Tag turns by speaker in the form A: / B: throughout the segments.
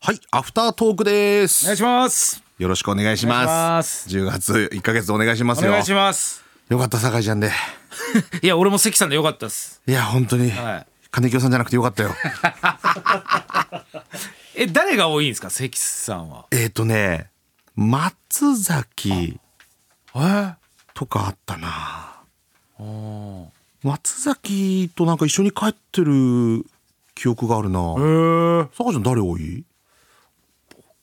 A: はい、アフタートークで
B: お願い
A: す。
B: します。
A: よろしくお願いします。
B: お願いします
A: 10月1ヶ月お願いしま
B: お
A: すよ。
B: 願いします。
A: よかった、酒井ちゃんで。
B: いや、俺も関さんでよかったです。
A: いや、本当に、
B: はい
A: 金清さんじゃなくてよかったよ。
B: え、誰が多いんですか、関さんは。
A: えっとね、松崎
B: え、
A: とかあったな。松崎となんか一緒に帰ってる記憶があるな。酒井ちゃん誰多い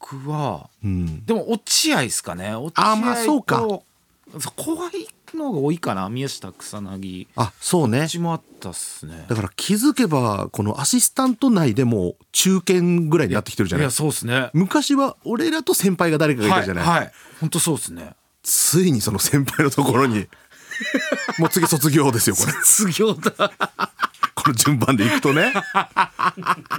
B: 僕は、でも落合ですかね。落合
A: あまあそうか
B: とそう後輩の方が多いかな、宮下草薙。
A: あ、そうね
B: うち。もあったっすね。
A: だから気づけ堅ば、このアシスタント内でもう中堅ぐらいになってきてるじゃ
B: い
A: ない
B: や、そうっすね。
A: 昔は俺らと先輩が誰かがい
B: は
A: た
B: い、
A: じゃない、
B: はい、本当そうっすね。
A: ついにその先輩のところ にもう次卒業 ですよこれ
B: 卒業だ。
A: この順番でいくとね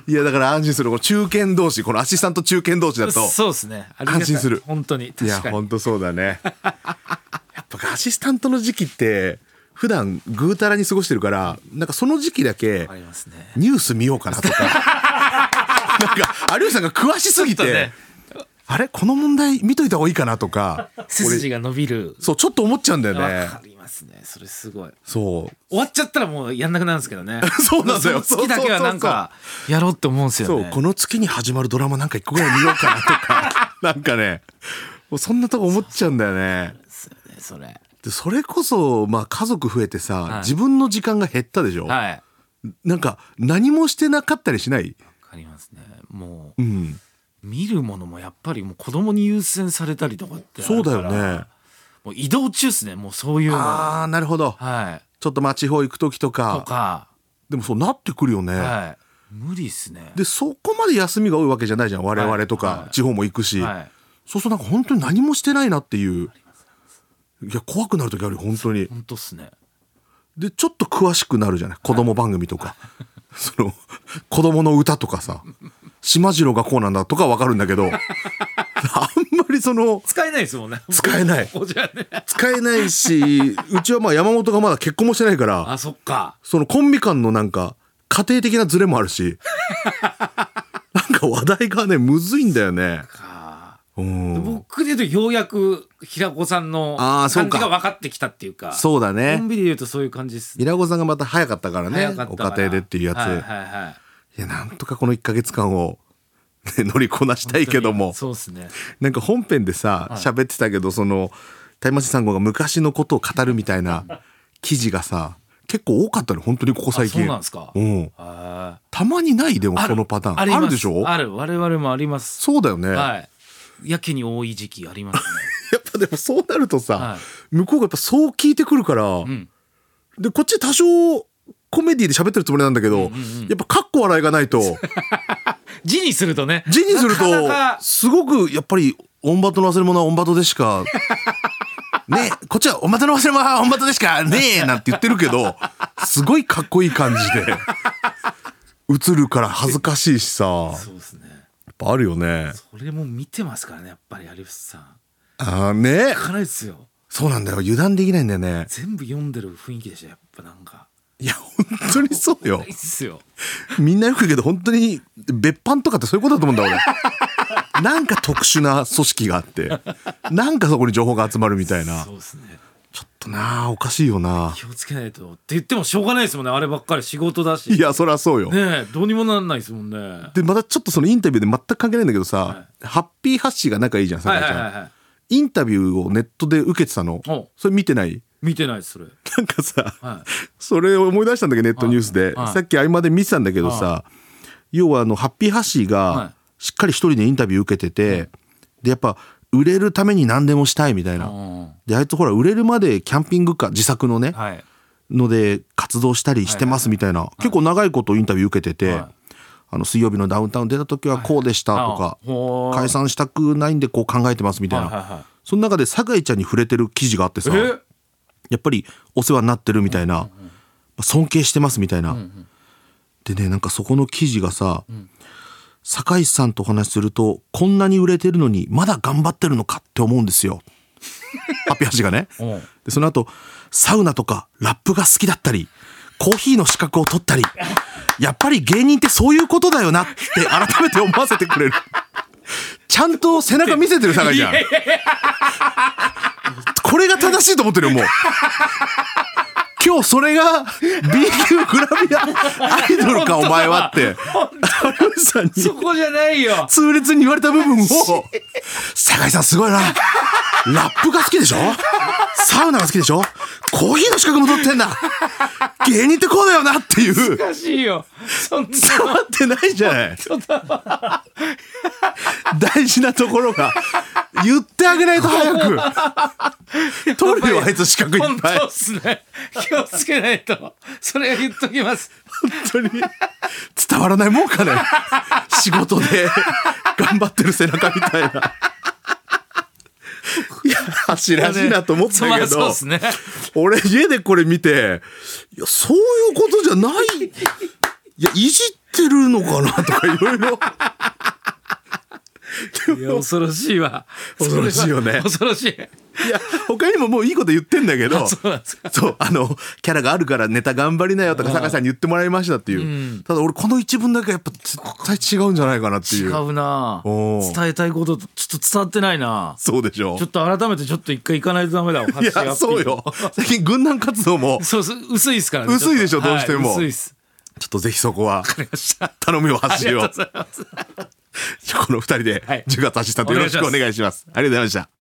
A: いやだから安心するこの中堅同士このアシスタント中堅同士だと
B: そうっすね。ありがたい
A: 安心する
B: 本当に。
A: い
B: 確
A: や
B: かに。
A: ほんとそうだねやっぱアシスタントの時期って普段ぐうたらに過ごしてるからなんかその時期だけ
B: ありますね。
A: ニュース見ようかなと かなんか有吉さんが詳しすぎ、
B: ちょってとね
A: あれこの問題見といた方がいいかなとか
B: 背筋が伸びる。
A: そうちょっと思っちゃうんだよ
B: わ
A: ね
B: かりますね。それすごい。
A: そう
B: 終わっちゃったらもうやんなくなるんですけどね
A: そうなんだよ
B: その月だけはなんかやろうって思うんですよ
A: そう、
B: ね
A: この月に始まるドラマなんか一個ぐらい見ようかなと かなんかねもうそんなとこ思っちゃうんだよね
B: それ
A: でそれこそ、まあ、家族増えてさ、
B: い
A: 自分の時間が減ったでしょ、
B: はいわ
A: なんか何もしてなかったりしない
B: かりますねも
A: う
B: うん見るものもやっぱりもう子供に優先されたりとかってあるから
A: そうだよね
B: もう移動中ですねもうそういうのは
A: ああなるほど
B: い
A: ちょっとまあ地方行く時と
B: と
A: か
B: か
A: でもそうなってくるよね、
B: はい無理っすね
A: でそこまで休みが多いわけじゃないじゃん我々と
B: はい
A: か
B: はい
A: 地方も行くし、
B: はい
A: そうそうなんか本当に何もしてないなっていういや怖くなる時あるよ本当に
B: 本当っすね
A: でちょっと詳しくなるじゃない子供番組と かその子供の歌とかさ島次郎がこうなんだとかわかるんだけどあんまりその
B: 使えないですもんね
A: 使えない
B: ここじゃね
A: 使えないしうちはまあ山本がまだ結婚もしてないから
B: あそっか
A: そのコンビ間のなんか家庭的なズレもあるしなんか話題がねむずいんだよね。
B: か
A: うん、
B: 僕で言うとようやく平子さんの
A: あーそう
B: 感
A: か
B: じが分かってきたっていうか
A: そうだ
B: コ
A: ね
B: ンビで言うとそういう感じですね
A: 平子さんがまた早かったからね
B: 早かった
A: お
B: から
A: 家庭でっていうやつ、
B: はい
A: い
B: はいはい
A: やなんとかこの1か月間を、ね、乗りこなしたいけども
B: そうですね
A: なんか本編でさ喋、ってたけどそのタイマシさんごが昔のことを語るみたいな記事がさ結構多かったの本当にここ最近
B: あそうなんですか
A: うん
B: あ
A: たまにないでも
B: ー
A: そのパターンあ
B: り
A: る
B: ます
A: でしょ
B: ある我々もあります
A: そうだよね、
B: はいやけに多い時期ありますね
A: やっぱでもそうなるとさ、
B: はい
A: 向こうがやっぱそう聞いてくるから、
B: ん
A: でこっち多少コメディで喋ってるつもりなんだけど、やっぱかっこ笑いがない と
B: 字にするとね
A: 字にすると
B: なかなか
A: すごくやっぱりオンバトの忘れ物はオンバトでし かねこっちはオンバトの忘れ物はオンバトでしかねえなんて言ってるけどすごいかっこいい感じで映るから恥ずかしいしさや
B: そうですね
A: っぱあるよね
B: それも見てますからねやっぱり有吉さん
A: ああね
B: かなりですよ
A: そうなんだよ油断できないんだよね
B: 全部読んでる雰囲気でしたやっぱなんか
A: いや本当にそうよ
B: いいっすよ
A: みんなよく言うけど本当に別班とかってそういうことだと思うんだ俺 なんか特殊な組織があってなんかそこに情報が集まるみたいなち
B: そうですね
A: ょっとなあおかしいよな
B: 気をつけないとって言ってもしょうがないですもんねあればっかり仕事だし
A: いやそりゃそうよ、
B: ねえどうにもなんないですもんねは
A: でまたちょっとそのインタビューで全く関係ないんだけどさ、ハッピーハッシーが仲いいじゃん
B: い
A: 酒井
B: はい
A: ちゃん、
B: はいはい
A: インタビューをネットで受けてたの
B: お
A: それ見てない
B: 見てないですそれ
A: なんかさ、
B: は
A: それを思い出したんだけどネットニュースで、
B: はいはい
A: さっき合間で見てたんだけどさ、要はあのハッピーハッシー
B: は
A: がしっかり一人でインタビュー受けてて、でやっぱ売れるために何でもしたいみたいな、
B: うん
A: であいつほら売れるまでキャンピングカー自作のね、
B: はい
A: ので活動したりしてますみたいな、結構長いことインタビュー受けてて、
B: はい
A: あの水曜日のダウンタウン出た時はこうでしたとか、
B: あほー
A: 解散したくないんでこう考えてますみたいな、
B: はいはいはい
A: その中で酒井ちゃんに触れてる記事があってさ
B: え
A: やっぱりお世話になってるみたいな、まあ尊敬してますみたいな、でねなんかそこの記事がさ、酒井さんとお話しするとこんなに売れてるのにまだ頑張ってるのかって思うんです よハッピーハシがね
B: うん
A: でその後サウナとかラップが好きだったりコーヒーの資格を 取ったりやっぱり芸人ってそういうことだよなって改めて思わせてくれるちゃんと背中見せてる酒井ちゃん。これが正しいと思ってるよ、もう。今日それが B 級グラビアアイドルか、お前はって。有吉さんに
B: そこじゃないよ
A: 痛烈に言われた部分を、酒井さんすごいな。ラップが好きでしょサウナが好きでしょコーヒーの資格も取ってんだ芸人ってこうだよなっていう。
B: おかしいよそんな
A: 伝わってないじゃない大事なところが言ってあげないと早く取るよあいつ資格い
B: 本
A: っぱい
B: 当っすね気をつけないとそれは言っときます
A: 本当に伝わらないもんかね仕事で頑張ってる背中みたいな。いや柱しいなと思ったけ
B: そう
A: ど
B: っ すね
A: 俺家でこれ見ていやそういうことじゃないいやいじってるのかなとかいろいろ。
B: いや恐ろしいわ
A: 恐ろしいよね
B: それは恐ろしい
A: いや他にももういいこと言ってんだけど
B: そうなんですか
A: そうあのキャラがあるからネタ頑張りなよとか酒井さんに言ってもらいましたっていう、ただ俺この一文だけやっぱ絶対違うんじゃないかなってい
B: 違
A: う
B: うな
A: おー
B: 伝えたいこととちょっと伝わってないな
A: そうでしょ
B: ちょっと改めてちょっと一回行かないとダメだわ
A: い
B: い
A: やそうよ最近軍団活動 も
B: そうそう薄いっすからね
A: 薄いでしょ
B: ちっと
A: どうしても
B: はい薄いっす
A: ちょっとぜひそこは
B: わかりました
A: 頼むよ
B: あり
A: 橋
B: が
A: を
B: とうございます
A: この二人で
B: はい
A: 10月アシスタントよろしくお願いしますありがとうございました